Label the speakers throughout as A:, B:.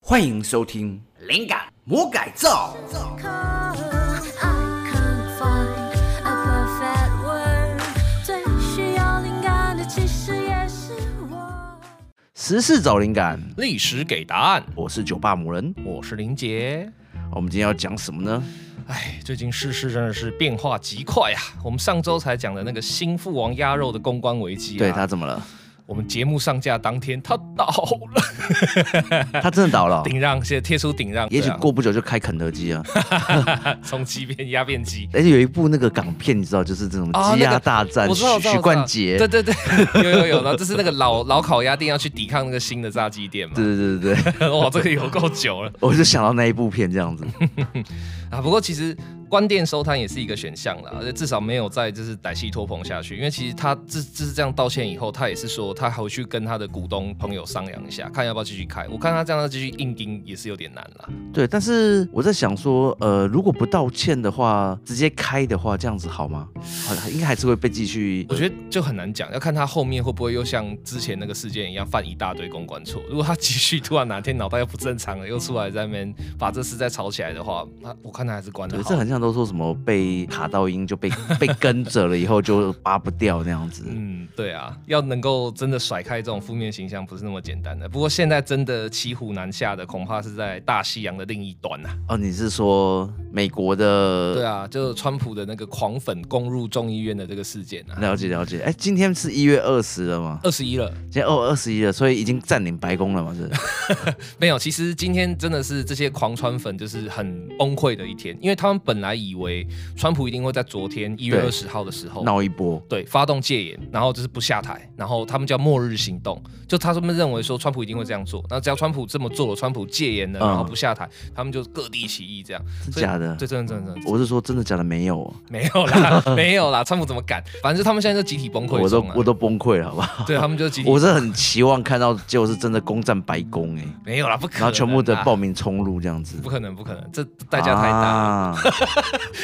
A: 欢迎收听
B: 《灵感魔改造》。
C: I can't find a perfect word，最需要灵感的其实也是我。
A: 时事找灵感，
D: 历史给答案，
A: 我是酒吧魔人。
D: 我是林杰。
A: 我们今天要讲什么呢？
D: 哎，最近世事真的是变化极快啊！我们上周才讲的那个新父王鸭肉的公关危机、啊，
A: 对他，怎么了？
D: 我们节目上架当天他倒了，
A: 他真的倒 了哦、
D: 顶让，现在贴出顶让，
A: 也许
D: 对啊
A: 过不久就开肯德基啊！
D: 从鸡变鸭变鸡。
A: 而且有一部那个港片，你知道，就是这种
D: 啊
A: 鸡
D: 那
A: 鸭
D: 个
A: 大战，
D: 我知道，我
A: 许
D: 知道
A: 许冠
D: 我
A: 杰
D: 知道，对 对对，有有有，然后这是那个老老烤鸭店要去抵抗那个新的炸鸡店嘛，
A: 对对对对 对，
D: 哇，这个有够久了
A: 我就想到那一部片这样子。
D: 啊！不过其实关店收摊也是一个选项啦，而且至少没有再就是歹戏拖棚下去，因为其实他这这是这样道歉以后，他也是说他回去跟他的股东朋友商量一下，看要不要继续开。我看他这样要继续硬盯也是有点难啦。
A: 对，但是我在想说，呃，如果不道歉的话，直接开的话，这样子好吗？好应该还是会被继续
D: 我。觉得就很难讲，要看他后面会不会又像之前那个事件一样犯一大堆公关错。如果他继续突然哪天脑袋又不正常了，又出来在那边把这事再吵起来的话，那我看他还是关的
A: 对，
D: 好
A: 这。很像都说什么被卡到音就被被跟着了，以后就拔不掉那样子。
D: 嗯，对啊，要能够真的甩开这种负面形象，不是那么简单的。不过现在真的骑虎难下的，恐怕是在大西洋的另一端呐、
A: 哦，你是说美国
D: 对
A: 的？
D: 啊，就是川普的那个狂粉攻入众议院的这个事件啊，
A: 了解了解。哎，今天是一月二十了吗？
D: 二十一了。
A: 今天哦二十一了，所以已经占领白宫了嘛？是？
D: 没有，其实今天真的是这些狂川粉就是很崩溃的一天，因为他们本来以为川普一定会在昨天一月
A: 对
D: 二十号的时候。
A: 闹一波。
D: 对，发动戒严，然后就是不下台，然后他们叫末日行动，就他们认为说川普一定会这样做，那只要川普这么做了，川普戒严了，
A: 嗯
D: 然后不下台，他们就各地起义这样。
A: 真
D: 所以
A: 假的
D: 对，真的真的真的
A: 我是说真的假的？没有哦，
D: 没 有啦，没有啦，川普怎么敢？反正就他们现在就集体崩溃
A: 哦我都
D: 中啊
A: 我都崩溃了，好吧？
D: 对他们就集体
A: 我是很期望看到，结果是真的攻占白宫哎、
D: 没有啦，不可能
A: 然
D: 啦，
A: 后全部的报名冲入这样子，
D: 不可能不可能，这代价太大了。
A: 啊、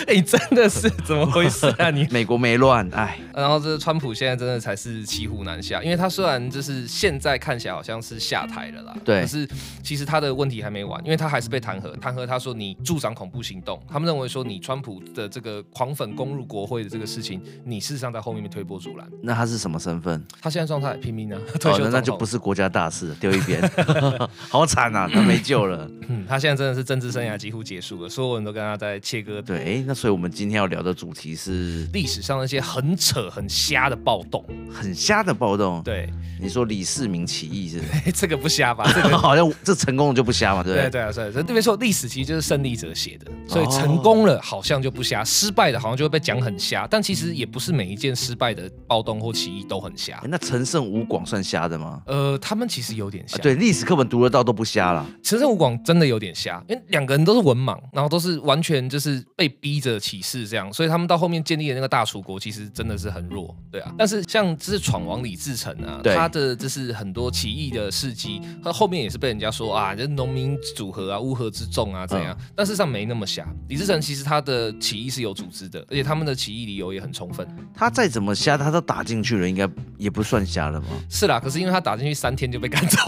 D: 哎、真的是怎么回事啊你？
A: 美国没乱，哎，
D: 然后这川普现在真的才是骑虎难下，因为他虽然就是现在看起来好像是下台了啦，
A: 对
D: 可是其实他的问题还没完，因为他还是被弹劾，弹劾他说你助长恐怖行动，他们认为说你川普的这个狂粉攻入国会的这个事情，你事实上在后面推波助澜。
A: 那他是什么身份？
D: 他现在状态平民呢，退休
A: 哦
D: 总统、
A: 那那就不是国家大事，丢一 边，好惨啊，那没救了。
D: 嗯他现在真的是政治生涯几乎结束了，所有人都跟他在切割
A: 对，哎，那所以我们今天要聊的主题是
D: 历史上那些很扯很瞎的暴动，
A: 很瞎的暴动。，
D: 对，
A: 你说李世民起义是不是？
D: 哎这个不瞎吧？这个
A: 好像这成功了就不瞎嘛，对不
D: 对
A: 对？
D: 对啊，所以这没错，历史其实就是胜利者写的，所以成
A: 哦
D: 功了好像就不瞎，失败的好像就会被讲很瞎，但其
A: 嗯
D: 实也不是每一件失败的暴动或起义都很瞎
A: 哎。那陈胜吴广算瞎的吗？
D: 呃，他们其实有点瞎，
A: 啊对，历史课本读得到都不瞎了。
D: 陈胜吴广真的有点瞎，因为两个人都是文盲，然后都是完全就是被逼着起事这样，所以他们到后面建立的那个大楚国其实真的是很弱，对啊。但是像这是闯王李自成啊，
A: 对
D: 他的就是很多起义的事迹，他后面也是被人家说啊，这农民组合啊，乌合之众啊怎样，
A: 嗯
D: 但事实上没那么瞎。李自成其实他的起义是有组织的，而且他们的起义理由也很充分。
A: 他再怎么瞎，他都打进去了，应该也不算瞎了吧？
D: 是啦，可是因为他打进去三天就被赶走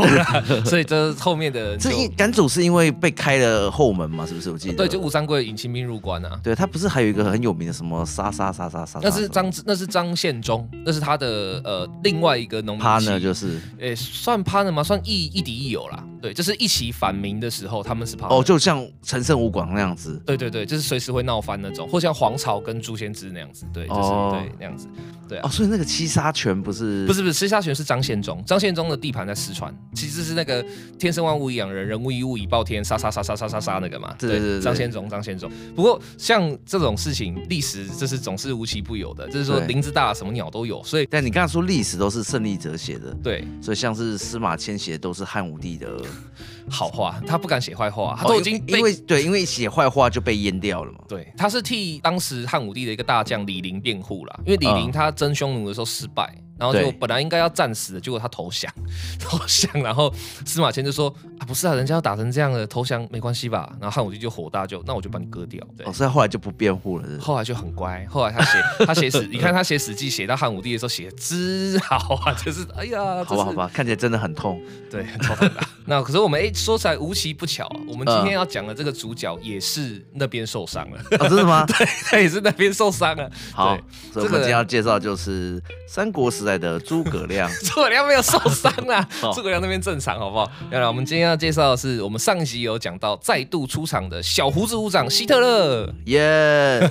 D: 了，所以这后面的人就
A: 这一赶走是因为被开了后门嘛？是不是？我记得。
D: 对，就吴三桂引清兵入关啊。
A: 对他不是还有一个很有名的什么杀杀杀杀杀？
D: 那是张，那是张献忠，那是他的呃另外一个农民
A: 他
D: 起
A: 呢，
D: 义
A: 就是
D: 诶、算 partner 吗？算亦亦敌亦友啦。对，就是一起反民的时候，他们是 partner。
A: 哦，就像陈胜吴广那样子。
D: 对对对，就是随时会闹翻那种，或像黄巢跟朱仙芝那样子，对，就是、
A: 哦
D: 对那样子，对啊。
A: 哦，所以那个七杀拳不是
D: 不是不是，施夏泉是张献忠，张献忠的地盘在四川，其实是那个天生万物以养人，人无一物以报天，杀杀杀杀杀杀杀那个嘛。
A: 对对对对
D: 张献忠，张献忠。不过像这种事情，历史这是总是无奇不有的，就是说
A: 对
D: 林子大什么鸟都有，所以
A: 但你刚才说历史都是胜利者写的，
D: 对，
A: 所以像是司马迁写的都是汉武帝的，
D: 好话，他不敢写坏话，他都已经
A: 哦因
D: 被、
A: 因为对，因为写坏话就被淹掉了嘛。
D: 对，他是替当时汉武帝的一个大将李陵辩护啦，因为李
A: 嗯
D: 陵他征匈奴的时候失败，然后
A: 对
D: 就本来应该要战死的，结果他投降， 投降，然后司马迁就说啊，不是啊，人家要打成这样了，投降没关系吧？然后汉武帝就火大就，那我就把你割掉。对
A: 哦，，所以后来就不辩护了是不是
D: 后来就很乖，后来他写 他写史，你看他写史记写到汉武帝的时候写得之好啊，就是哎呀，
A: 好吧，好
D: 吧，
A: 吧，看起来真的很痛。
D: 对，很头疼啊。 那可是我们哎、说起来无奇不巧啊、我们今天要讲的这个主角也是那边受伤了，
A: 啊，真的吗？
D: 他也是那边受伤了。
A: 好所
D: 对，
A: 以我
D: 这
A: 们
D: 个
A: 今天
D: 人
A: 要介绍就是三国时代的诸葛亮。
D: 诸葛亮没有受伤啦
A: 好，
D: 诸葛亮那边正常，好不好？要来，我们今天要介绍的是我们上一集有讲到再度出场的小胡子武长希特勒。
A: 耶！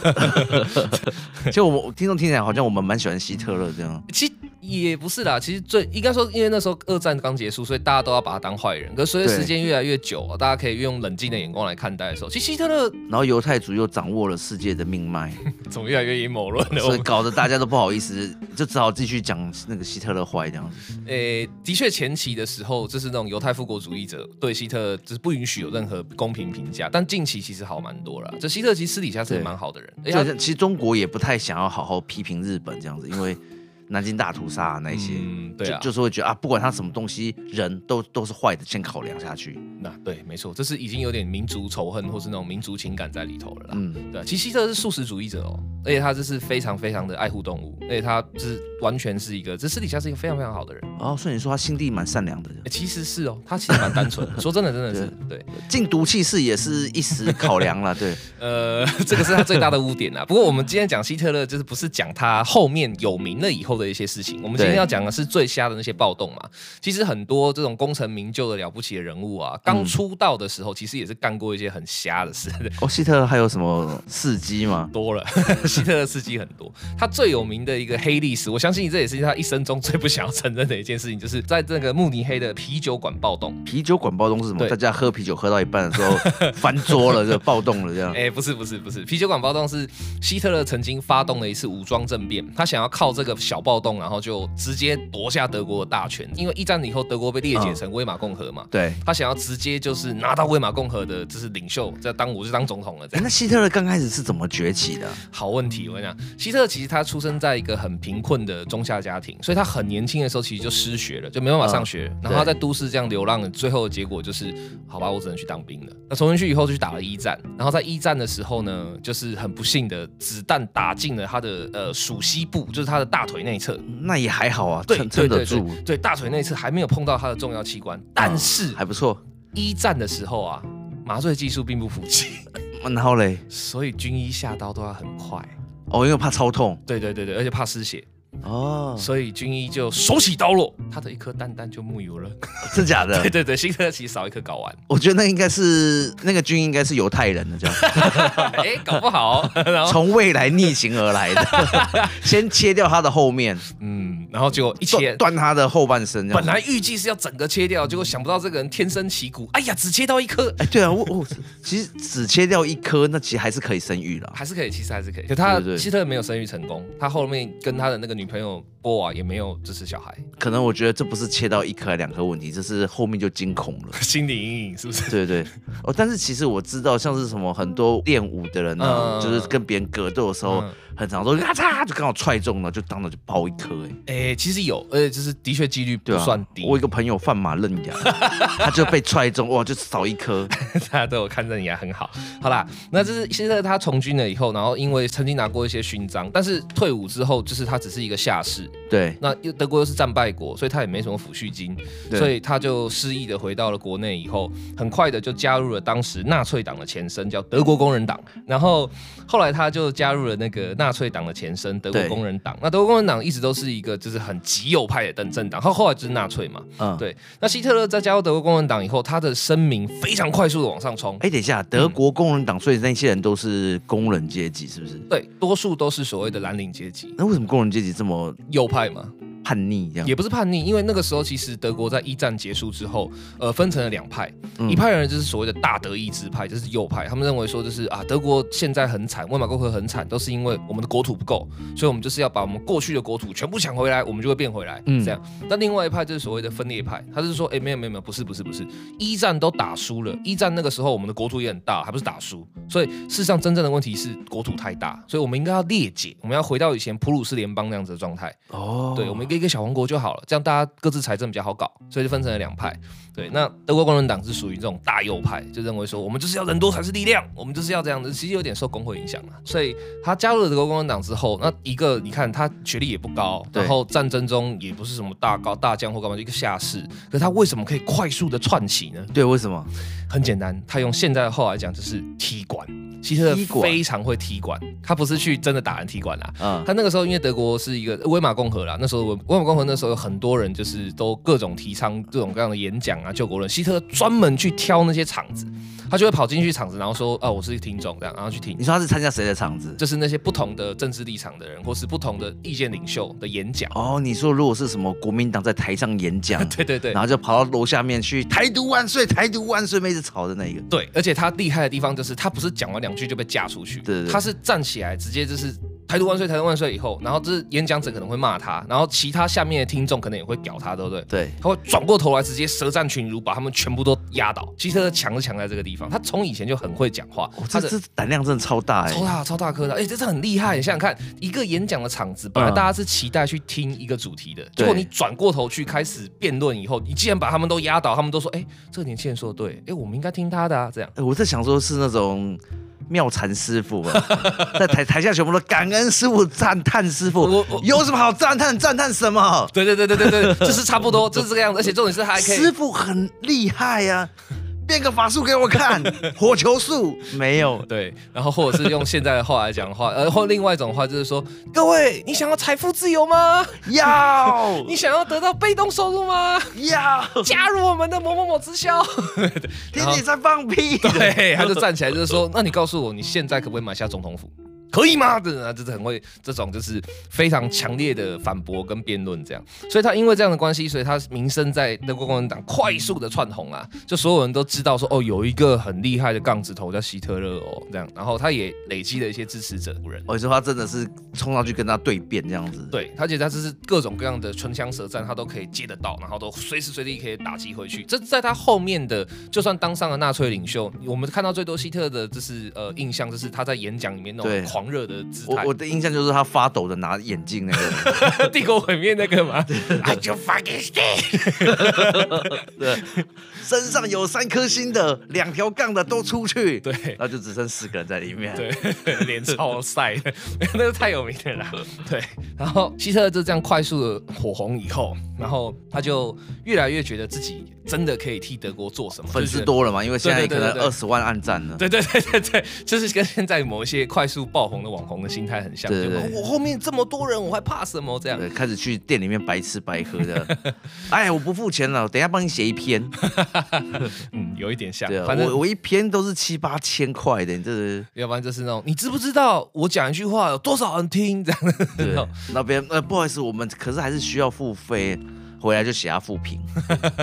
A: 就我听众听起来好像我们蛮喜欢希特勒这样，
D: 其实也不是啦，其实最应该说，因为那时候二战刚结束，所以大家都要把他当坏人。可是随着
A: 对
D: 时间越来越久、啊，大家可以用冷静的眼光来看待的时候，其实希特勒
A: 然后犹太族又掌握了世界的命 脉，
D: 怎么越来越阴谋论了？我
A: 所以
D: 们
A: 搞得大家都不好意思，就只好继续讲那个希特勒坏这样子。
D: 诶、的确前期的时候，就是那种犹太复国主义者对希特勒就是不允许有任何公平评价。但近期其实好蛮多了，这希特勒其实私底下是
A: 对
D: 蛮好的人，而且
A: 就好
D: 他
A: 像其实中国也不太想要好好批评日本这样子，因 为南京大屠杀、啊、那一些。
D: 嗯，对啊，
A: 就就是会觉得啊，不管他什么东西，人都都是坏的，先考量下去。
D: 那对，没错，这是已经有点民族仇恨或是那种民族情感在里头了啦。
A: 嗯，
D: 对啊，其实希特勒是素食主义者哦，而且他就是非常非常的爱护动物，而且他就是完全是一个，这私底下是一个非常非常好的人。
A: 哦，所以你说他心地蛮善良的，
D: 诶其实是哦，他其实蛮 单纯的。说真的，真的是对，
A: 禁毒气势也是一时考量 了，对，
D: 呃，这个是他最大的污点啊啦。不过我们今天讲希特勒，就是不是讲他后面有名了以后的一些事情，我们今天
A: 对
D: 要讲的是最瞎的那些暴动嘛。其实很多这种功成名就的了不起的人物啊，刚
A: 嗯
D: 出道的时候，其实也是干过一些很瞎的事，
A: 哦，希特勒还有什么事迹吗？
D: 多了， 希特勒事迹很多。他最有名的一个黑历史，我相信这也是他一生中最不想要承认的一件事情，就是在这个慕尼黑的啤酒馆暴动。
A: 啤酒管暴动是什么？
D: 对
A: 大家喝啤酒喝到一半的时 候翻桌了，就暴动了这样。
D: 哎、不是不是不是，啤酒馆暴动是希特勒曾经发动了一次武装政变，他想要靠这个小暴动，然后就直接夺下德国的大权。因为一战以后，德国被裂解成威玛共和嘛，
A: 对，哎
D: 他想要直接就是拿到威玛共和的就是领袖，这当我就当总统了这样。
A: 哎那希特勒刚开始是怎么崛起的？
D: 好问
A: 嗯
D: 题，我跟你讲，希特勒其实他出生在一个很贫困的中下家庭，所以他很年轻的时候其实就失学了，就没办法上
A: 嗯
D: 学。然后他在都市这样流浪的，最后的结果就是，好吧，我只能去当兵了。那从军去以后就去打了一战，然后在一战的时候呢，就是很不幸的子弹打进了他的呃属膝部，就是他的大腿内侧。
A: 那也还好啊，
D: 对
A: 撑
D: 对
A: 撑得
D: 对
A: 住
D: 对，对，大腿内侧还没有碰到他的重要器官，但是
A: 啊还不错。
D: 一战的时候啊，麻醉技术并不普及，
A: 然后嘞，
D: 所以军医下刀都要很快。
A: 哦，因为怕超痛
D: 对对对对，而且怕失血，
A: 哦，
D: 所以军医就手起刀落，他的一颗蛋蛋就木有了。
A: 真假的
D: 对？对对，希特勒其实少一颗睾 丸，
A: 我觉得那应该是那个军应该是犹太人的， 这样
D: 哎、搞 不好。然后，
A: 从未来逆行而来 的，先切掉他的后面，
D: 嗯，然后结果一切
A: 断断他的后半身这样。
D: 本来预计是要整个切掉，结果想不到这个人天生奇骨，哎呀，只切到一颗，
A: 哎，对啊，我我其实只切掉一颗，那其实还是可以生育了。
D: 还是可以，其实还是可以。可他
A: 对对对
D: 希特勒没有生育成功，他后面跟他的那个女朋友波娃也没有就是小孩，
A: 可能我觉得这不是切到一颗还两颗问题，这是后面就惊恐了。
D: 心理阴影是不是？
A: 对对，哦，但是其实我知道，像是什么很多练武的人呢、啊
D: 嗯
A: 就是跟别人格斗的时候，
D: 嗯
A: 很常说咔嚓就刚好踹中了，就当场就爆一颗、哎，
D: 哎、其实有，而且就是的确几率
A: 对
D: 不
A: 啊，
D: 算低。
A: 我有一个朋友犯马认牙， 他就被踹中，哇，就少一 颗。
D: 大家都有看着你还啊很好。好啦，那这是希特勒他从军了以后，然后因为曾经拿过一些勋章，但是退伍之后就是他只是一个下士。
A: 对，
D: 那又德国又是战败国，所以他也没什么抚恤金，
A: 对
D: 所以他就失意的回到了国内以后，很快的就加入了当时纳粹党的前身叫德国工人党，然后后来他就加入了那个纳粹党的前身德国
A: 对
D: 工人党。那德国工人党一直都是一个就是很极右派的政政党，后后来就是纳粹嘛。
A: 嗯，。
D: 对，那希特勒在加入德国工人党以后，他的声名非常快速的往上冲。
A: 哎，等一下，德国工人党，所以那些人都是工人阶级，是不是？
D: 对，多数都是所谓的蓝领阶级，
A: 那为什么工人阶级这么
D: 右派嘛，
A: 叛逆这样？
D: 也不是叛逆，因为那个时候其实德国在一战结束之后，呃，分成了两派，
A: 嗯
D: 一派人就是所谓的大德意志派，就是右派，他们认为说就是啊，德国现在很惨，魏玛共和很惨，都是因为我们的国土不够，所以我们就是要把我们过去的国土全部抢回来，我们就会变回来，
A: 嗯
D: 这样。但另外一派就是所谓的分裂派，他是说，哎、没有没有没有，不是不是不是，一战都打输了，一战那个时候我们的国土也很大，还不是打输，所以事实上真正的问题是国土太大，所以我们应该要裂解，我们要回到以前普鲁士联邦那样子的状态。
A: 哦，
D: 对，我们应给一个小王国就好了，这样大家各自财政比较好搞，所以就分成了两派。对，那德国工人党是属于这种大右派，就认为说我们就是要人多才是力量，我们就是要这样子，其实有点受工会影响
A: 嗯
D: 啊。所以他加入了德国工人党之后，那一个你看他学历也不高，
A: 对
D: 然后战争中也不是什么大高大将或干嘛，就一个下士，可是他为什么可以快速的窜起呢？
A: 对，为什么？
D: 很简单，他用现在的话来讲就是踢馆。希特
A: 踢
D: 勒
A: 馆
D: 非常会踢馆，他不是去真的打人踢馆啊啦，
A: 嗯，
D: 他那个时候因为德国是一个威玛共和啦，那时候威威玛共和那时候有很多人就是都各种提倡各种各样的演讲啊，救国论。希特勒专门去挑那些场子，他就会跑进去场子，然后说啊我是听众这样，然后去听
A: 你。说他是参加谁的场子？
D: 就是那些不同的政治立场的人，或是不同的意见领袖的演讲。
A: 哦，你说如果是什么国民党在台上演讲，
D: 对对对
A: 然，后就跑到楼下面去“台独万岁，台独万岁”，妹子吵的那一个，
D: 对，而且他厉害的地方就是他不是讲完两句就被架出去，
A: 对对对
D: 他是站起来直接就是台独万岁，台独万岁以后，然后就是演讲者可能会骂他，然后其他下面的听众可能也会屌他，对不对？
A: 对，
D: 他会转过头来，直接舌战群儒，把他们全部都压倒。希特勒强是强在这个地方，他从以前就很会讲话，
A: 哦、
D: 他
A: 这
D: 的
A: 这胆量真的超大哎、
D: 超大超大颗的，哎、这是很厉害。你想想看，一个演讲的场子，本来
A: 嗯
D: 大家是期待去听一个主题的，结果你转过头去开始辩论以后，你既然把他们都压倒，他们都说，哎、这个年轻人说的对，哎、我们应该听他的啊，这样。
A: 哎我在想说，是那种妙禅师傅吧，在台台下全部都感恩师傅、赞叹师傅
D: 我我，
A: 有什么好赞叹？赞叹什么？
D: 对对对对对 对，就是差不多，就是这个样子。而且重点是他还可以
A: 师傅很厉害呀、啊，变个法术给我看，火球术没有。
D: 对，然后或者是用现在的话来讲的话，呃，或另外一种话就是说，各位，你想要财富自由吗？
A: 要
D: 你想要得到被动收入 吗？
A: 要，
D: 加入我们的某某某直 销。
A: 听你在放屁。
D: 对，他就站起来就是说，那 你告诉我，你现在可不可以买下总统府？可以吗？真的，就是很会这种，就是非常强烈的反驳跟辩论这样。所以他因为这样的关系，所以他名声在德国共产党快速的窜红啊，就所有人都知道说，哦，有一个很厉害的杠子头叫希特勒哦，这样。然后他也累积了一些支持者人。
A: 我说他真的是冲上去跟他对辩这样子。
D: 对，而且他就是各种各样的唇枪舌战，他都可以接得到，然后都随时随地可以打击回去。这在他后面的，就算当上了纳粹领袖，我们看到最多希特的，就是呃印象，就是他在演讲里面那
A: 对
D: 种狂热的姿
A: 我
D: 态。
A: 我的印象就是他发抖的拿眼镜那 个，
D: 帝国毁灭那个嘛，I j u fucking stay。
A: 对，身上有三颗星的，两条杠的都出去，
D: 对
A: 然后就只剩四个人在里面。
D: 对，脸超晒的，那个太有名了啦。对，然后希特勒就这样快速的火红以后，然后他就越来越觉得自己真的可以替德国做什么，
A: 粉
D: 就是
A: 丝多了嘛，因为现在
D: 对
A: 可
D: 对对
A: 能
D: 对对
A: 二十万暗赞了。
D: 对对对对对，就是跟现在某一些快速爆红的网红的心态很像。
A: 对对
D: 就
A: 对
D: 我后面这么多人，我还怕什么？这样
A: 对，开始去店里面白吃白喝 的。哎，我不付钱了，等一下帮你写一篇。
D: 嗯，有一点像
A: 对，啊，
D: 反正
A: 我我一篇都是七八千块的，你这是
D: 要不然就是那种你知不知道我讲一句话有多少人听这样的哦那
A: 对
D: 种。
A: 那边呃，不好意思，我们可是还是需要付费，回来就写下复评。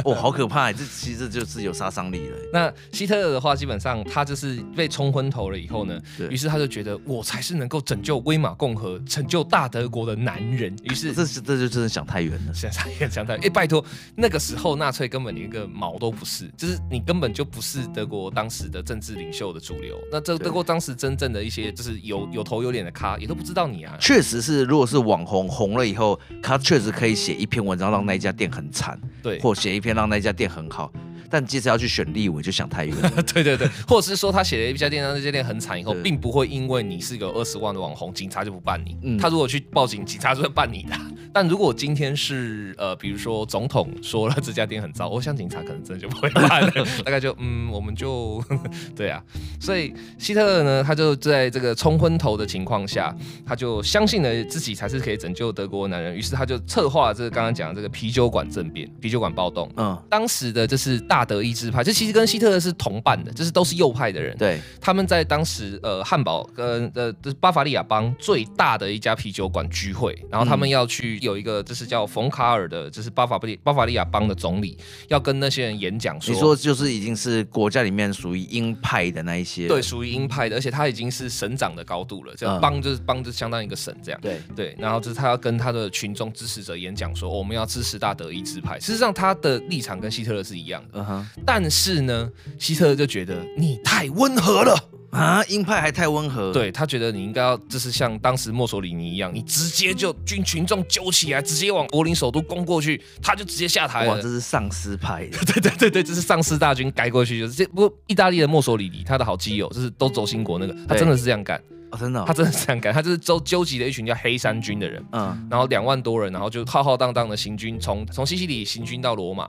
A: 哦，好可怕，这其实就是有杀伤力了。 欸
D: 那希特勒的话，基本上他就是被冲昏头了以后呢
A: 对，
D: 于是他就觉得我才是能够拯救威玛共和、拯救大德国的男人。于是
A: 这是这就真的想太远了。
D: 想 想也想太哎、拜托，那个时候纳粹根本连个毛都不是，就是你根本就不是德国当时的政治领袖的主流。那这
A: 对
D: 德国当时真正的一些就是有有头有脸的咖，也都不知道你啊。
A: 确实是，如果是网红红了以后，他确实可以写一篇文章让那一家店很惨，
D: 对，
A: 或写一篇让那一家店很好。但接着要去选立委，就想太远了。
D: 对 对对，或者是说他写了一家店，让这家店很惨，以后
A: 对
D: 并不会因为你是个二十万的网红，警察就不办你。
A: 嗯
D: 他如果去报警，警察就会办你的。但如果今天是呃，比如说总统说了这家店很糟，我想警察可能真的就不会办 了，大概就嗯，我们就 对啊。所以希特勒呢，他就在这个冲昏头的情况下，他就相信了自己才是可以拯救德国的男人，于是他就策划了这个刚刚讲的这个啤酒馆政变、啤酒馆暴动。
A: 嗯，
D: 当时的就是大德意志派，这其实跟希特勒是同伴的，就是都是右派的人。
A: 对，
D: 他们在当时呃汉堡跟呃就是巴伐利亚邦最大的一家啤酒馆聚会，然后他们要去有一个就是叫冯卡尔的，就是巴伐利巴伐利亚邦的总理要跟那些人演讲说。
A: 你说就是已经是国家里面属于鹰派的那一些。
D: 对，属于鹰派的，而且他已经是省长的高度了，这
A: 嗯
D: 样邦就是邦就相当于一个省这样。
A: 对，
D: 对，然后就是他要跟他的群众支持者演讲说，哦我们要支持大德意志派。事实上，他的立场跟希特勒是一样的。
A: 嗯哼，
D: 但是呢，希特勒就觉得你太温和了，
A: 啊，鹰派还太温和。，
D: 对他觉得你应该要就是像当时墨索里尼一样，你直接就军群众揪起来，直接往柏林首都攻过去，他就直接下台
A: 哇，
D: 了
A: 这。是丧尸派 的
D: 对对对对，这是丧尸大军该过去就是这。不过意大利的墨索里尼，他的好基友就是都轴心国那个，他真的是这样干，
A: 哦，真的哦、
D: 他真的是这样干，他就是周纠集了一群叫黑山军的人，
A: 嗯，
D: 然后两万多人，然后就浩浩荡荡的行军，从从西西里行军到罗马，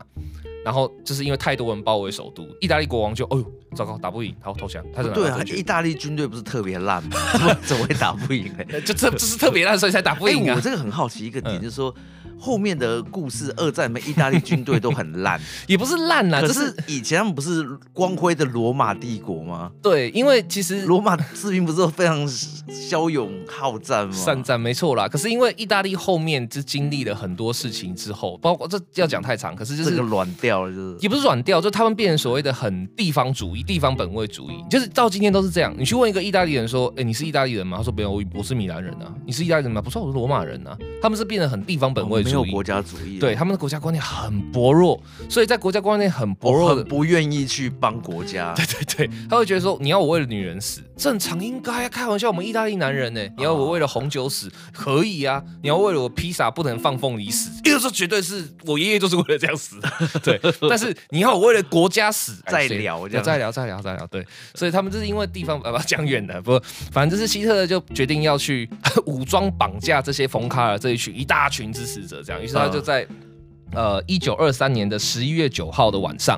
D: 然后就是因为太多人包围首都，意大利国王就哦呦糟糕打不赢，好投降，他就拿
A: 对
D: 到
A: 啊
D: 政，权
A: 意大利军队不是特别烂 吗？怎么怎么会打不赢嘞？
D: 呃就这这是特别烂，所以才 打不
A: 哎、
D: 赢啊
A: 我。这个很好奇一个点，
D: 嗯
A: 就是说、后面的故事，二战里面意大利军队都很 烂，
D: 也不是烂啦，
A: 可
D: 啊就是是
A: 以前他们不是光辉的罗马帝国 吗？
D: 对，因为其实
A: 罗马士兵不是都非常骁勇好战吗？
D: 善战没错啦，可是因为意大利后面就经历了很多事情之后，包括这要讲太长，可是就
A: 这
D: 是
A: 个软掉了，就是
D: 也不是软调，就他们变成所谓的很地方主义、地方本位主义，就是到今天都是这样。你去问一个意大利人说：“哎、你是意大利人吗？”他说：“没有，我我是米兰人啊。”你是意大利人吗？不是，我是罗马人啊。他们是变得很地方本位
A: 哦没有
D: 主义，
A: 国家主义，
D: 对他们的国家观念很薄弱，所以在国家观念很薄
A: 我
D: 弱的
A: 哦很不愿意去帮国家。
D: 对，他会觉得说，你要我为了女人死，正常应该啊，开玩笑，我们意大利男人呢、你要我为了红酒死，可以啊，你要为了我披萨不能放凤梨死，因为这绝对是我爷爷就是为了这样死的， 对，但是你要我为了国家死，
A: 再
D: 哎谁
A: 聊这样
D: 再聊，再聊，再聊，对，所以他们就是因为地方，呃，不讲远了，不，反正就是希特勒就决定要去 武装绑架这些冯卡尔这一群一大群支持者，这样，于是他就
A: 嗯
D: 在。呃，一九二三年的十一月九号的晚上，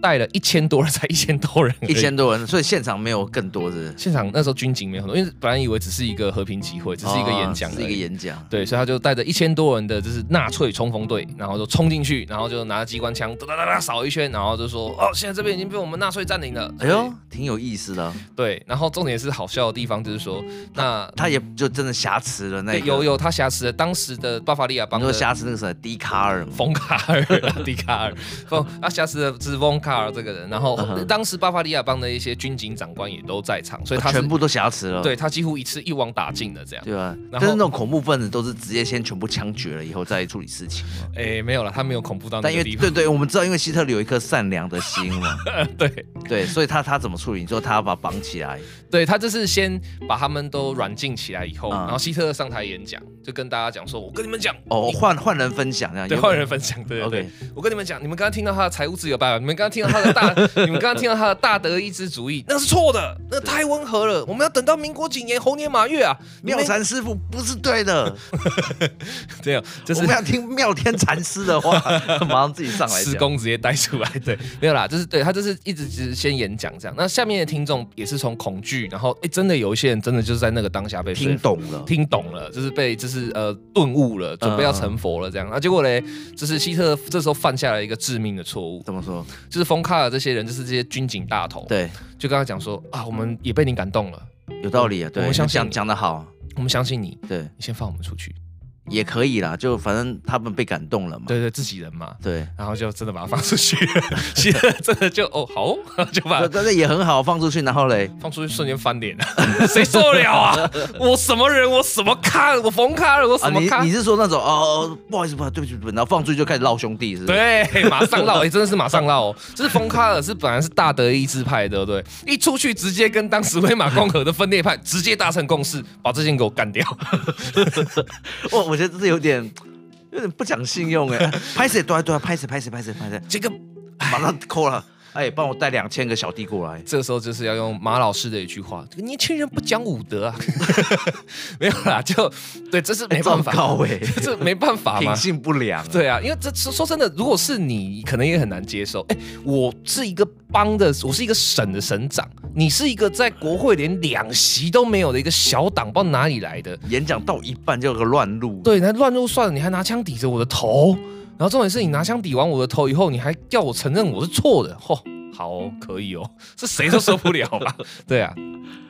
D: 带了一千多人，才一千多人而已，
A: 一千多人，所以现场没有更多的，
D: 现场那时候军警没有很多，因为本来以为只是一个和平集会，只是一个演讲、
A: 哦
D: 而
A: 是一个
D: 已。
A: 演讲。
D: 对，所以他就带着一千多人的就是纳粹冲锋队，然后就冲进去，然后就拿着机关枪哒哒哒哒扫一圈，然后就说哦，现在这边已经被我们纳粹占领了。
A: 哎呦，挺有意思的啊，
D: 对，然后重点是好笑的地方就是说，那
A: 他也就真的挟持了那
D: 对
A: 个
D: 有有他瑕疵的当时的巴伐利亚帮
A: 你说
D: 的
A: 挟持那个什么迪卡尔吗？
D: 冯卡尔、 迪卡尔，冯啊，瑕疵的是冯卡尔这个人。然后、
A: 嗯哼
D: 当时巴伐利亚帮的一些军警长官也都在场，所以他是
A: 哦全部都挟持了。
D: 对他几乎一次一网打尽了这样。
A: 对吧？但
D: 然后
A: 是那种恐怖分子都是直接先全部枪决了，以后再处理事情嘛。
D: 哎、没有了，他没有恐怖到那
A: 但因
D: 个
A: 为
D: 地
A: 对
D: 方。
A: 对，我们知道，因为希特勒有一颗善良的心嘛，
D: 对
A: 对，所以他他怎么处理？你说他要把他绑起来，
D: 对，他就是先把他们都软禁起来以后，
A: 嗯
D: 然后希特勒上台演讲，就跟大家讲说：“我跟你们讲，
A: 哦，换换人分享这样，
D: 对，
A: 有
D: 换人分享，对对对
A: OK
D: 我跟你们讲，你们刚刚听到他的财务自由办法，你们刚刚听到他的大，你们刚刚听到他的大德意志主义，那是错的，那太温和了，我们要等到民国几年猴年马月啊，你
A: 妙
D: 们
A: 禅师傅不是对的，
D: 这样，就
A: 我
D: 是
A: 们要听妙天禅师的 话，马上自己上来
D: 施
A: 讲。
D: 工直接带出来， 对，没有啦，就是对他就是一直只先演讲这样，那下面的听众也是从恐惧，然后哎、真的有一些人真的就是在那个当下被说服
A: 听懂了，嗯
D: 听懂了，就是被就是呃顿悟了，准备要成佛了这样。那、结果嘞，就是希特勒这时候犯下了一个致命的错误，
A: 怎么说？
D: 就是冯卡尔这些人，就是这些军警大头，，
A: 对，
D: 就跟他讲说啊，我们也被你感动了，
A: 有道理啊，
D: 我
A: 对，
D: 们相
A: 讲
D: 信你
A: 讲的好，
D: 我们相信你，
A: 对，
D: 你先放我们出去，
A: 也可以啦，就反正他们被感动了嘛，
D: 对对，自己人嘛。
A: 对。
D: 然后就真的把他放出去了， 希特勒真的就哦好哦，就把
A: 对，但是也很好，放出去，然后嘞，
D: 放出去瞬间翻脸了， 谁受得了啊？我什么人？我什么咖？我冯卡了？我
A: 啊，
D: 什么
A: 你
D: 咖？
A: 你是说那种哦，哦不好意思，不好意思，对不起，对不起，然后放出去就开始闹兄弟，是不是？
D: 对，马上绕，哎、真的是马上绕哦。就是冯卡尔是本来是大德意志派的，对不对，一出去直接跟当时威玛共和的分裂派直接达成共识，把这些人给我干掉。
A: 哦 我我觉得这有点有点不讲信用 哎，拍谁对啊对啊，拍谁拍谁拍谁拍谁，
D: 这个
A: 马上扣了，哎，帮我带两千个小弟过来，
D: 这时候就是要用马老师的一句话：这个年轻人不讲武德啊。 没有啦，就对，这是没办法，
A: 糟糕哎
D: 这没办法嘛
A: 品。性不良，，
D: 对啊，因为这说说真的，如果是你，可能也很难接受。哎，我是一个邦的，我是一个省的省长，你是一个在国会连两席都没有的一个小党，不知道哪里来的。
A: 演讲到一半就有个乱入，
D: 对，你还乱入算了，你还拿枪抵着我的头，然后重点是你拿枪抵完我的头以后，你还叫我 承认我是错的，嚯、好哦、可以哦，这谁都受不了吧？对啊，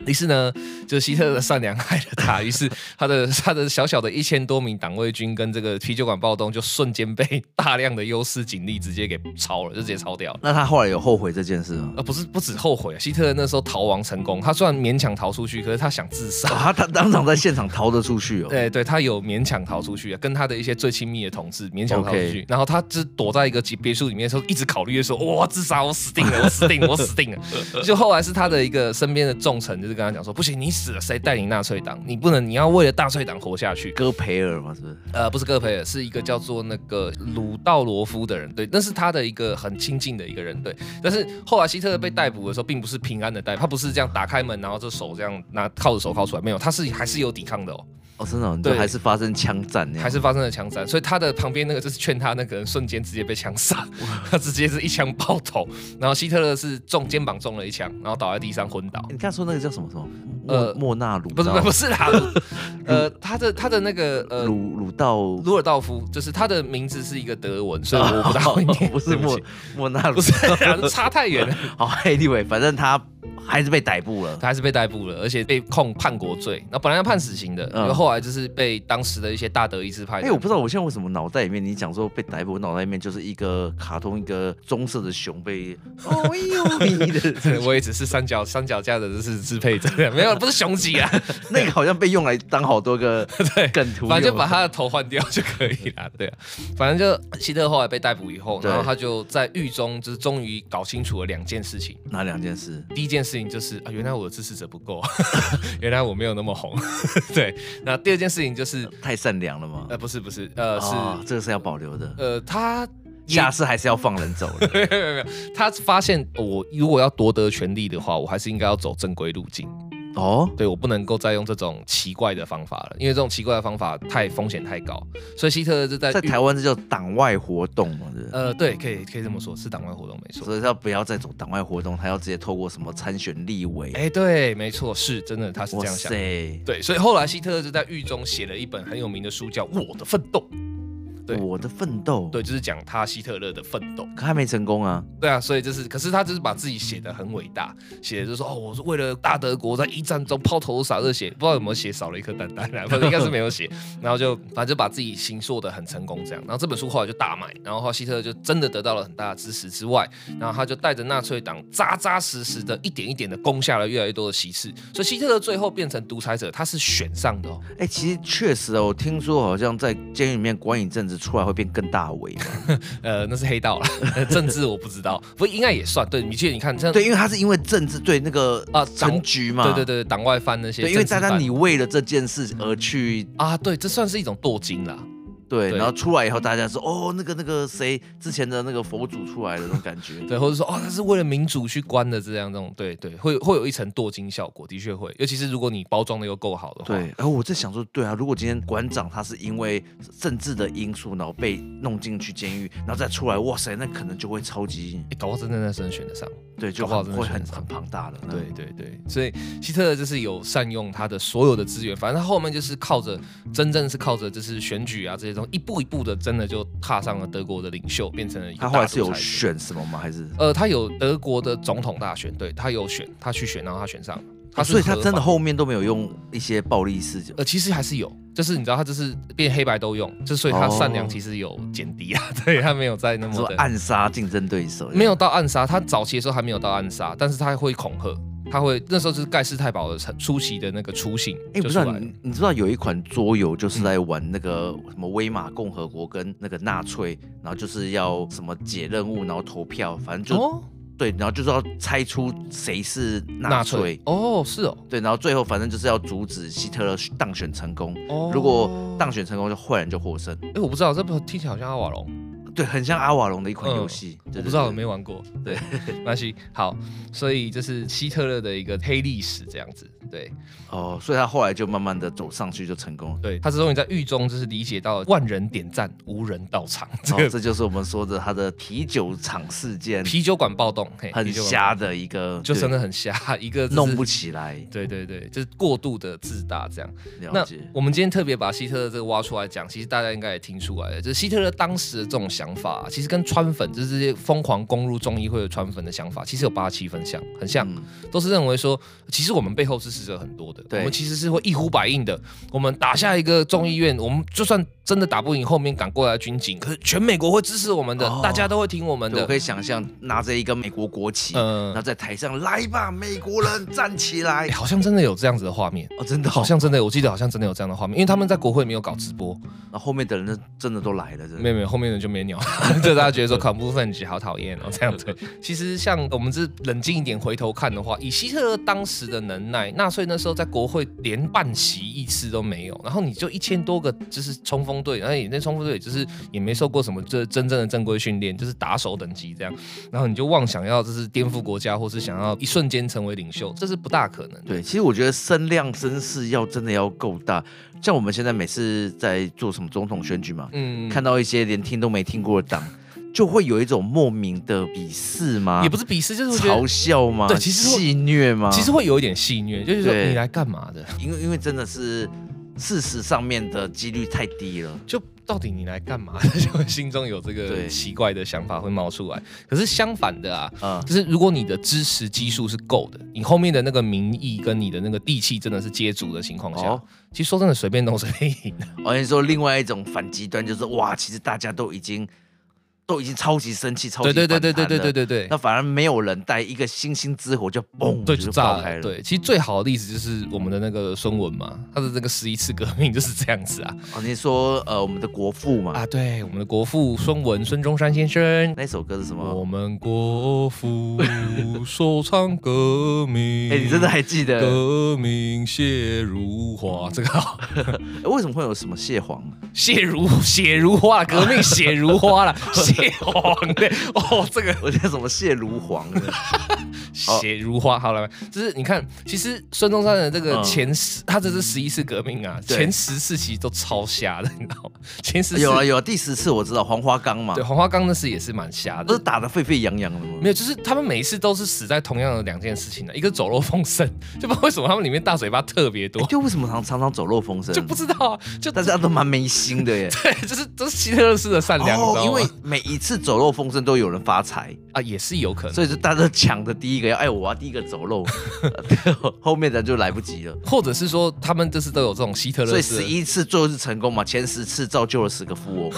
D: 于是呢，就希特勒善良害了他，于是他的他的小小的一千多名党卫军跟这个啤酒馆暴动就瞬间被大量的优势警力直接给超了，就直接超掉了。
A: 那他后来有后悔这件事吗？
D: 呃，不是，不止后悔啊！希特勒那时候逃亡成功，他虽然勉强逃出去，可是他想自杀。
A: 啊，他当场在现场逃得出去哦。
D: 呃对对，他有勉强逃出去，跟他的一些最亲密的同事勉强逃出
A: OK
D: 去。然后他只躲在一个别墅里面的时候，一直考虑说：“哇，自杀，我死定了，我死定了，我死定了。”就后来是他的一个身边的重臣，就是跟他讲说：“不行，你死了，谁带领纳粹党？你不能，你要为了纳粹党活下去。”
A: 戈培尔嘛，是不是？
D: 呃，不是戈培尔，是一个叫做那个鲁道罗夫的人，对，那是他的一个很亲近的一个人，对。但是后来希特勒被逮捕的时候，并不是平安的逮捕，他不是这样打开门，然后就手这样拿靠着手铐出来，没有，他是还是有抵抗的哦，
A: 哦，真的、哦，你
D: 对
A: 就还是发生枪战那样，
D: 还是发生了枪战，所以他的旁边那个就是劝他那个人瞬间直接被枪杀，他直接是一枪爆头，然后希特勒是中肩膀中了一枪，然后倒在地上昏倒。
A: 你刚才说那个叫什么什么？
D: 呃
A: 莫莫纳鲁
D: 不是不是
A: 道
D: 不是 啦，呃，他的他的那个呃
A: 鲁鲁道
D: 鲁尔道夫，就是他的名字是一个德文，所以我不大会 念。
A: 哦 不是
D: 对起
A: 莫莫纳鲁，
D: 不是 啊，差太远了。
A: 好，anyway，反正他还是被逮捕了。
D: 他还是被逮捕了，而且被控叛国罪。那本来要判死刑的，
A: 嗯
D: 然后后来就是被当时的一些大德意志派。
A: 哎、我不知道我现在为什么脑袋里面你讲说被逮捕，我脑袋里面就是一个卡通，一个棕色的熊被哦
D: 哎
A: 呦 咪 的，
D: 我也只是三角三脚架的，就是支配者，没有，不是雄鸡啊。
A: 那个好像被用来当好多个
D: 对
A: 梗图用，
D: 反正就把他的头换掉就可以啦，对啊，反正就希特勒后来被逮捕以后，
A: 对
D: 然后他就在狱中，就是终于搞清楚了两件事情。
A: 哪两件事？
D: 第一件事情就是啊，原来我的支持者不够， 原来我没有那么红。 对，那第二件事情就是，
A: 太善良了吗？
D: 呃，不是不是，呃，是、
A: 哦这个是要保留的，
D: 呃，他也
A: 下次还是要放人走的。
D: 没有没有没有，他发现哦我如果要夺得权力的话，我还是应该要走正规路径。
A: 哦，
D: 对我不能够再用这种奇怪的方法了，因为这种奇怪的方法太风险太高。所以希特勒就在
A: 在
D: 预
A: 台湾这叫党外活动嘛，对不对？
D: 呃，对，可以可以这么说，是党外活动没错。
A: 所以他不要再走党外活动，他要直接透过什么参选立委？
D: 哎，对，没错，是真的，他是这样想的。
A: 塞！
D: 对，所以后来希特勒就在狱中写了一本很有名的书，叫《我的奋斗》。对
A: 我的奋斗，
D: 对，就是讲他希特勒的奋斗。
A: 可还没成功啊！
D: 对啊，所以就是，可是他就是把自己写的很伟大，写的就是说哦，我是为了大德国在一战中抛头洒热血，不知道有没有写少了一颗蛋蛋来，反正应该是没有写。然后就反正就把自己行做的很成功这样。然后这本书后来就大卖，然后希特勒就真的得到了很大的支持之外，然后他就带着纳粹党扎扎实实的一点一点的攻下了越来越多的席次，所以希特勒最后变成独裁者，他是选上的哦。
A: 哎、其实确实哦，我听说好像在监狱里面关一阵子，出来会变更大 尾嘛。
D: 呃，那是黑道了， 政治我不知道，不应该也算。对，你记得你看像
A: 对，因为他是因为政治对那个
D: 啊
A: 啊
D: 党
A: 成局嘛，
D: 对对对，党外犯那些
A: 对，因为
D: 政
A: 大
D: 治
A: 家
D: 犯
A: 你为了这件事而去
D: 啊，对，这算是一种镀金啦。
A: 对，
D: 对
A: 然后出来以后大家说哦，那个那个谁之前的那个佛祖出来的那种感 觉。
D: 对，或者说哦，他是为了民主去关的，这样这种，对对，会会有一层镀金效果，的确会，尤其是如果你包装的又够好的话，
A: 对，然后我在想说，对啊，如果今天馆长他是因为政治的因素，然后被弄进去监狱，然后再出来，哇塞，那可能就会超级
D: 诶搞不好真的那真选得上，
A: 对，就
D: 搞不好
A: 很
D: 真的
A: 会
D: 是
A: 很
D: 这样
A: 很庞大的。
D: 对，对对，所以希特勒就是有善用他的所有的资源，反正他后面就是靠着真正是靠着就是选举啊这些东西，一步一步的真的就踏上了德国的领袖，变成了一个
A: 他后来
D: 大
A: 是有
D: 独裁者
A: 选什么吗？还是
D: 呃，他有德国的总统大选，对他有选，他去选，然后他选上了，他
A: 啊，
D: 是
A: 所以他
D: 合
A: 真的
D: 法
A: 后面都没有用一些暴力事件。
D: 呃，其实还是有，就是你知道，他就是变黑白都用，就所以他
A: 哦
D: 善良其实有减低啊， 对他没有在那
A: 说
D: 么的
A: 暗杀竞争对手，
D: 没有到暗杀，他早期的时候还没有到暗杀，但是他会恐吓，他会那时候就是盖世太保的成初期的那个雏形
A: 哎、
D: 就
A: 我不知
D: 出
A: 道
D: 来了。嗯
A: 你，你知道有一款桌游就是在玩那个什么威玛共和国跟那个纳粹，然后就是要什么解任务，然后投票，反正就、
D: 哦，
A: 对，然后就是要猜出谁是纳
D: 纳
A: 粹，
D: 粹哦，是哦，
A: 对，然后最后反正就是要阻止希特勒当选成功。
D: 哦
A: 如果当选成功，就坏人就获胜。
D: 哎，我不知道，这不听起来好像阿瓦隆，
A: 对，很像阿瓦隆的一款
D: 嗯
A: 游戏。对
D: 我不知道有没
A: 有。
D: 有玩过，对，没关系，好，所以这是希特勒的一个黑历史这样子，对，
A: 哦，所以他后来就慢慢的走上去，就成功了。
D: 对，他终于在狱中就是理解到了万人点赞无人到场这
A: 哦，
D: 个
A: 这就是我们说的他的啤酒厂事件，
D: 啤酒馆暴动，嘿，
A: 很
D: 啤酒馆
A: 瞎
D: 暴
A: 的一个，
D: 动，就
A: 对
D: 真的 很瞎，一个就是
A: 弄不。起 来。
D: 对对对，就是过度的自大这样。
A: 了
D: 那
A: 解。
D: 我们今天特别把希特勒这个挖出来讲，其实大家应该也听出来了，就是希特勒当时的这种想想法、其实跟川粉就是这些疯狂攻入众议会的川粉的想法，其实有八七分像，很像，
A: 嗯
D: 都是认为说，其实我们背后支持者很多的，我
A: 对
D: 们其实是会一呼百应的。我们打下一个众议院，我们就算真的打不赢后面赶过来的军警，可是全美国会支持我们的，
A: 哦
D: 大家都会听我们
A: 对我
D: 的
A: 可。以想象拿着一个美国国旗，
D: 嗯
A: 然后在台上来吧，美国人站起来
D: 哎，！好像真的有这样子的画面，
A: 哦，真的
D: 好
A: 好
D: 像真的，我记得好像真的有这样的画面，因为他们在国会没有搞直播，
A: 然后后面的人真的都来了，真
D: 没
A: 的。
D: 有没有，后面的就没鸟， 就大家觉得说恐怖分子好讨厌哦，这样子。 其实像我们这冷静一点回头看的话，以希特勒当时的能耐，纳粹那时候在国会连半席议事都没有，然后你就一千多个就是冲锋队，然后你那冲锋队就是也没受过什么这真正的正规训练，就是打手等级这样，然后你就妄想要就是颠覆国家，或是想要一瞬间成为领袖，这是不大可能的。
A: 对，其实我觉得声量、声势要真的要够大。像我们现在每次在做什么总统选举嘛，
D: 嗯
A: 看到一些连听都没听过的党，就会有一种莫名的鄙视吗？
D: 也不是鄙视，就是我觉
A: 啊嘲
D: 得。
A: 笑吗？
D: 对其实我
A: 戏虐吗？
D: 其实会有一点戏谑，就是说
A: 对
D: 你来干嘛的？
A: 因为因为真的是事实上面的几率太低了。
D: 就到底你来干嘛？就会心中有这个
A: 对
D: 奇怪的想法会冒出来。可是相反的啊，
A: 啊、
D: 就是如果你的支持基数是够的，你后面的那个民意跟你的那个地气真的是接足的情况下，
A: 哦
D: 其实说真的，随便弄随便赢的。
A: 我哦跟你说，另外一种反极端就是哇，其实大家都已经都已经超级生气，超级
D: 对对对对
A: 反弹
D: 对对
A: 了
D: 对对对
A: 那。反而没有人带一个星星之火就嘣，
D: 对，就
A: 就
D: 炸
A: 爆开
D: 了。
A: 了。
D: 对，其实最好的例子就是我们的那个孙文嘛，他的这个十一次革命就是这样子啊
A: 哦，你说呃，我们的国父嘛，
D: 啊！对，我们的国父孙文孙中山先生，
A: 那首歌是什
D: 我
A: 么？
D: 们国父首倡革命。
A: 哎、你真的还记得？
D: 革命血如花，这个 好
A: 哎为什么会有什么蟹黄？
D: 血如血如花，革命血如花 了，血黄的哦，这个
A: 我叫什么蟹如黄 的？好
D: 血如花，好了，就是你看，其实孙中山的这个
A: 嗯
D: 前十，他这是十一次革命啊，
A: 对
D: 前十次其实都超瞎的，你知道吗？前十次
A: 有啊有啊，第十次我知道黄花岗嘛
D: 对，黄花岗那次也是蛮瞎
A: 不是
D: 的。
A: 打得沸沸扬扬的吗？
D: 没有，就是他们每一次都是死在同样的两件事情的、一个走漏风声， 就不知道为什么他们里面大嘴巴特别多，
A: 就为什么常常常走漏风声？
D: 就不知道啊，就
A: 大家都蛮没心的耶。
D: 对，就是都是希特勒式的善良，你知道吗
A: 哦因为每一次走漏风声都有人发财，
D: 啊也是有可能。
A: 所以就大家都抢着第一个要，哎，我要第一个走 漏， 后面的就来不及了。
D: 或者是说他们就是都有这种希特
A: 所
D: 勒
A: 以
D: 式
A: 十
D: 的。
A: 一次最后是成功嘛，前十次造就了十个富翁，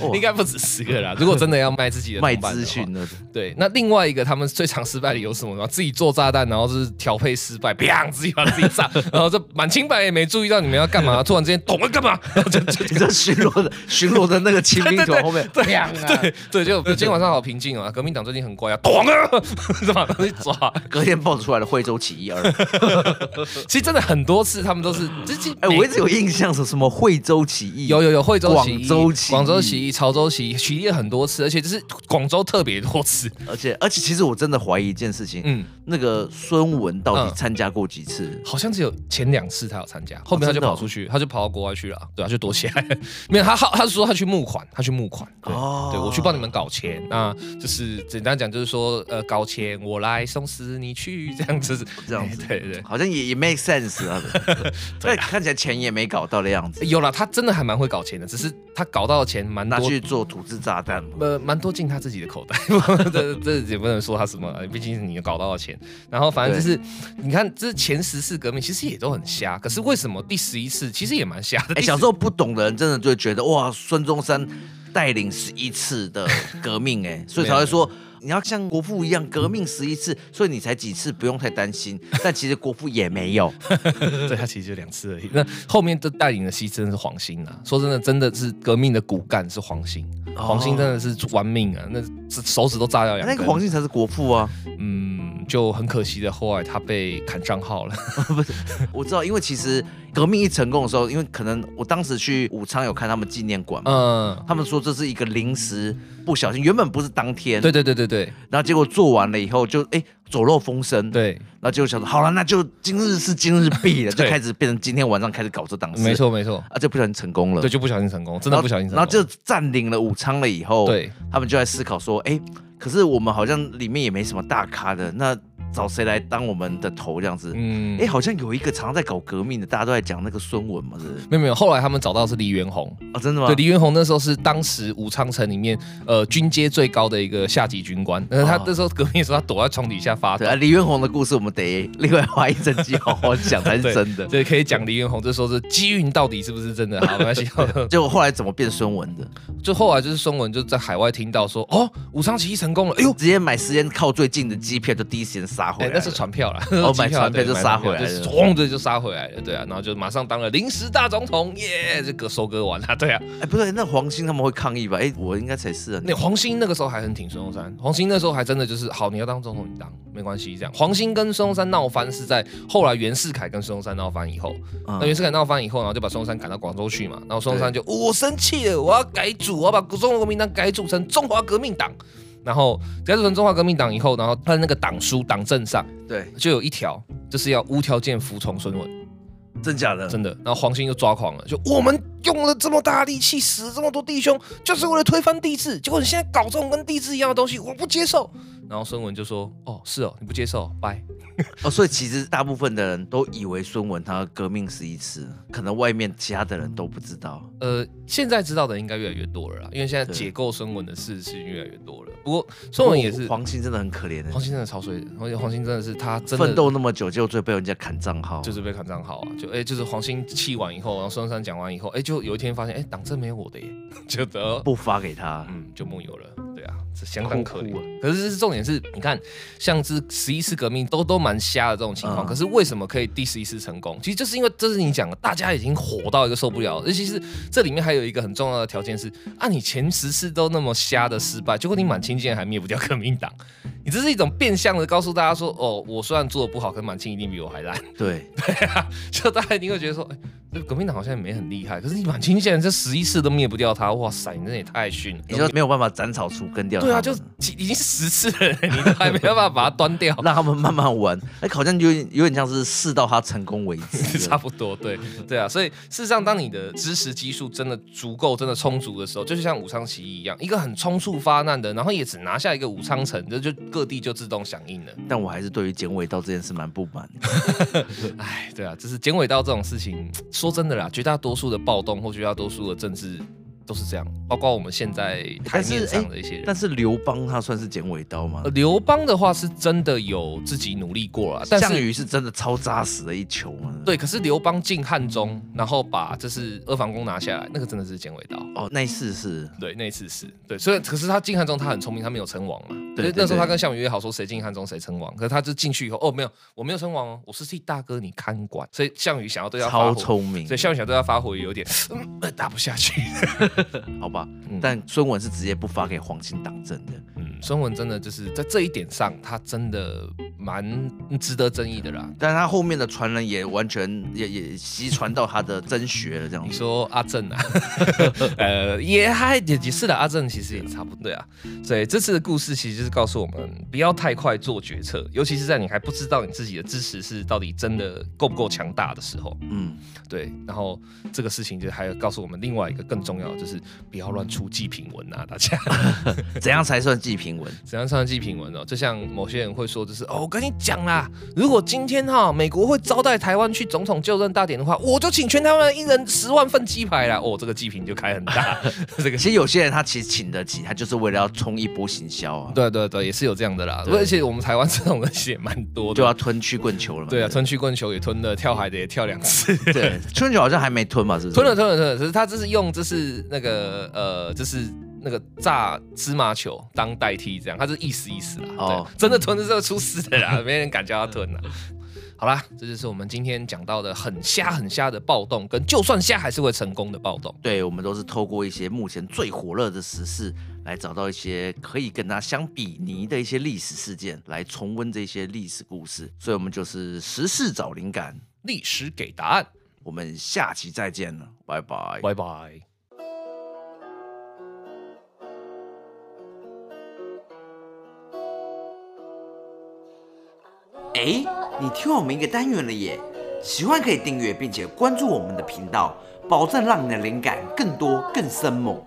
A: 哦
D: 应该不止十 个啦。如果真的要卖自己的
A: 卖
D: 同伴的话
A: 资讯，了。
D: 对，那另外一个他们最常失败的有什么吗？自己做炸弹，然后就是调配失败， 砰，自己把自己炸，然后这满清白也没注意到你们要干嘛，突然之间 懂了干嘛，然后就 就
A: 你知道巡逻的巡逻的那个清兵团后面，
D: 对啊呀，
A: 啊
D: 对对，就今天晚上好平静啊，革命党最近很乖啊，懂啊， 是吧？去 抓，
A: 隔天爆出来的惠州起 义二。
D: 其实真的很多次他们都是，这这
A: 哎，我一直有印象是什么惠州起义，
D: 有有有惠州起
A: 广
D: 义、
A: 州起义
D: 广州起义、潮州起义，起义了很多次，而且就是广州特别多次。
A: 而且而且其实我真的怀疑一件事情，
D: 嗯，
A: 那个孙文到底
D: 嗯
A: 参加过几次？
D: 好像只有前两次他有参加，后面他就
A: 真的哦
D: 跑出去，他就跑到国外去了，对啊，就躲起来。 没有，他好，他是说他去募款，他去募款。对，
A: 哦
D: 对我去帮你们搞钱，那就是简单讲就是说，呃，搞钱我来送死你去，这样子，
A: 这样子
D: 哎 对对
A: 好像也也 make sense 啊，对， 看起来钱也没搞到的样子
D: 对，，有啦，他真的还蛮会搞钱的，只是他搞到的钱蛮
A: 拿
D: 多。
A: 去做土制炸弹嘛。
D: 呃，蛮多进他自己的口袋， 这这也不能说他什么，呃毕竟是你搞到的钱。然后反正就是，你看这前十次革命其实也都很瞎，可是为什么第十一次其实也蛮瞎
A: 哎、
D: 的？第十
A: 小时候不懂的人真的就会觉得哇，孙中山带领十一次的革命、哎， 所以才会说。你要像国父一样革命十一次，所以你才几次，不用太担心。但其实国父也没 有，
D: 对他其实就两次而已。那后面这带领的牺牲是黄兴啊，说真的，真的是革命的骨干是黄兴，
A: 哦
D: 黄兴真的是玩命啊，那手指都炸掉两
A: 那
D: 根。
A: 个黄兴才是国父啊！
D: 嗯，就很可惜的，后来他被砍上号了。
A: 我知道，因为其实革命一成功的时候，因为可能我当时去武昌有看他们纪念馆嘛，
D: 嗯，
A: 他们说这是一个临时不小心，原本不是当天，
D: 对对对对对
A: 然后结果做完了以后就哎、走漏风声，
D: 对，
A: 然后结果想说好了，那就今日是今日毕 了，就
D: 对
A: 开始变成今天晚上开始搞这档事，
D: 没，错没错，
A: 啊，就不小心成功了，
D: 对，就不小心成功，真
A: 然
D: 的
A: 后
D: 不小心成功。
A: 然后就占领了武昌了以后，
D: 对，
A: 他们就在思考说，哎，可是我们好像里面也没什么大咖的，那找谁来当我们的头这样子。
D: 嗯，
A: 哎、好像有一个常在搞革命的，大家都在讲那个孙文嘛，是不是？
D: 没有没有，后来他们找到是黎元洪，
A: 哦，真的吗？
D: 啊对，黎元洪那时候是当时武昌城里面呃军阶最高的一个下级军官，但是他
A: 哦
D: 那时候革命的时候，他躲在床底下发抖
A: 对。啊，李元洪的故事我们得另外花一整集好好讲才是
D: 对
A: 真的。
D: 对，可以讲黎元洪这时候是机运到底是不是 真的？好，没关系。
A: 结果后来怎么变孙文的？
D: 就后来就是孙文就在海外听到说，哦，武昌起义成功了，哎呦，
A: 直接买时间靠最近的机票，就第一时间杀回
D: 哎
A: 来，了。
D: 那是船票啦，
A: 哦
D: 机
A: 买船票
D: 对
A: 就
D: 买
A: 杀
D: 船票
A: 回来
D: 就是
A: 了
D: 咣的就杀回来了，对啊，然后就马上当了临时大总统，耶，这个收割完了，对啊。
A: 哎，不对，那黄兴他们会抗议吧？哎，我应该才是啊。
D: 那黄兴那个时候还很挺孙中山，黄兴那时候还真的就是好，你要当总统你当没关系这样。黄兴跟孙中山闹翻是在后来袁世凯跟孙中山闹翻以后，那袁
A: 嗯，
D: 世凯闹翻以后，然后就把孙中山赶到广州去嘛，然后孙中山就、哦我生气了，我要改组，我要把中华国民党改组成中华革命党。然后改组成中华革命党以后，然后他的那个党书党政上
A: 对，
D: 就有一条，就是要无条件服从孙文。
A: 真假的？
D: 真的。然后黄兴就抓狂了，就我们用了这么大力气，死了这么多弟兄，就是为了推翻帝制，结果你现在搞这种跟帝制一样的东西，我不接受。然后孙文就说：“哦，是哦，你不接受，拜。
A: 哦，所以其实大部分的人都以为孙文他革命十一次，可能外面其他的人都不知道。”
D: 呃，现在知道的应该越来越多了啦，因为现在
A: 对
D: 解构孙文的事情越来越多了。不过孙文也是
A: 不过黄兴真的很可怜的
D: 黄，兴真的超衰的，而且黄兴真的是他真的
A: 奋斗那么久，就最后被人家砍账号，
D: 就是被砍账号啊，就哎、就是黄兴气完以后，然后孙中山讲完以后，哎、就有一天发现，哎、党政没有我的耶， 就得
A: 不发给他。
D: 嗯，就木有了。对啊，这相当可怜
A: 哭哭啊。
D: 可是这是重点是，你看，像是十一次革命都都蛮瞎的这种情况，
A: 嗯
D: 可是为什么可以第十一次成功？其实就是因为这是你讲的，大家已经火到一个受不了了，尤其是这里面还有一个很重要的条件是，啊，你前十次都那么瞎的失败，结果你满清竟然还灭不掉革命党，你这是一种变相的告诉大家说，哦，我虽然做的不好，可是满清一定比我还烂。
A: 对，
D: 嗯就大家一定会觉得说，哎、这革命党好像也没很厉害，可是你满清竟然这十一次都灭不掉他，哇塞，你这也太逊了。
A: 你就没有办法斩草除根掉他
D: 对
A: 们
D: 啊，
A: 了。，
D: 就几已经是十次了， 你都还没有办法把它端掉
A: 让他们慢慢玩。哎，好像有点有点像是试到他成功为止。
D: 差不多，对
A: 嗯
D: 对啊。所以事实上，当你的知识基数真的足够、真的充足的时候，就是像武昌起义一样，一个很冲突发难的，然后也只拿下一个武昌城，这就各地就自动响应了。
A: 但我还是对于剪尾刀这件事蛮不满的。
D: 哎，对啊，就是剪尾刀这种事情，说真的啦，绝大多数的暴动或绝大多数的政治都是这样，包括我们现在台
A: 但是
D: 面上
A: 哎
D: 的一些人。
A: 但是刘邦他算是剪尾刀吗
D: 呃？刘邦的话是真的有自己努力过了，但是
A: 项羽是真的超扎实的一球吗？
D: 对，可是刘邦进汉中，然后把这是阿房宫拿下来，那个真的是剪尾刀。
A: 哦，那一次是
D: 对，那一次是对，所以可是他进汉中，他很聪明，他没有称王嘛。
A: 对
D: 所以
A: 对
D: 那时候他
A: 对
D: 跟项羽约好说谁进汉中谁称王，可是他就进去以后，哦，没有，我没有称王哦，我是替大哥你看管，所以项羽想要对他发
A: 超
D: 火，
A: 聪明
D: 所以，项羽想对他发火也有点，嗯，呃打不下去。
A: 好吧
D: 嗯？
A: 但孙文是直接不发给黄兴党政的，
D: 嗯，孙文真的就是在这一点上，他真的蛮值得争议的啦。
A: 但他后面的传人也完全也也习传到他的真学了，这样
D: 你
A: 子。
D: 说阿正啊， 呃，也还也也是的，阿正其实也差不多对啊。所以这次的故事其实就是告诉我们，不要太快做决策，尤其是在你还不知道你自己的支持是到底真的够不够强大的时候。
A: 嗯，
D: 对，然后这个事情就还有告诉我们另外一个更重要的，就是不要乱出祭品文啊，大家。
A: 嗯怎样才算祭平 文？
D: 怎样上祭品文哦？就像某些人会说，就是哦，我跟你讲啦，如果今天哈、美国会招待台湾去总统就任大典的话，我就请全台湾人一人十万份鸡排啦。哦，这个祭品就开很 大，这个
A: 其实有些人他其实请得起，他就是为了要冲一波行销啊，
D: 对对对，也是有这样的啦。
A: 对
D: 而且我们台湾这种东西也蛮多
A: 就
D: 的
A: 要。吞曲棍球了嘛。
D: 对啊，吞曲棍球也吞了，跳海的也跳两次，
A: 对， 春酒好像还没吞吧？是不是？
D: 吞了吞了吞了。可是他这是用这是那个呃，这是那个炸芝麻球当代替，这样他是意思意思啦。
A: 哦嗯
D: 对，真的吞的时候出事的啦，没人敢叫他吞啦。 好啦，这就是我们今天讲到的很瞎很瞎的暴动，跟就算瞎还是会成功的暴动。
A: 对，我们都是透过一些目前最火热的时事，来找到一些可以跟它相比拟的一些历史事件，来重温这些历史故事。所以，我们就是时事找灵感。
D: 历史给答案，
A: 我们下期再见了，拜拜。
D: 拜拜。
B: 哎，你听我们一个单元了耶！喜欢可以订阅并且关注我们的频道，保证让你的灵感更多更生猛。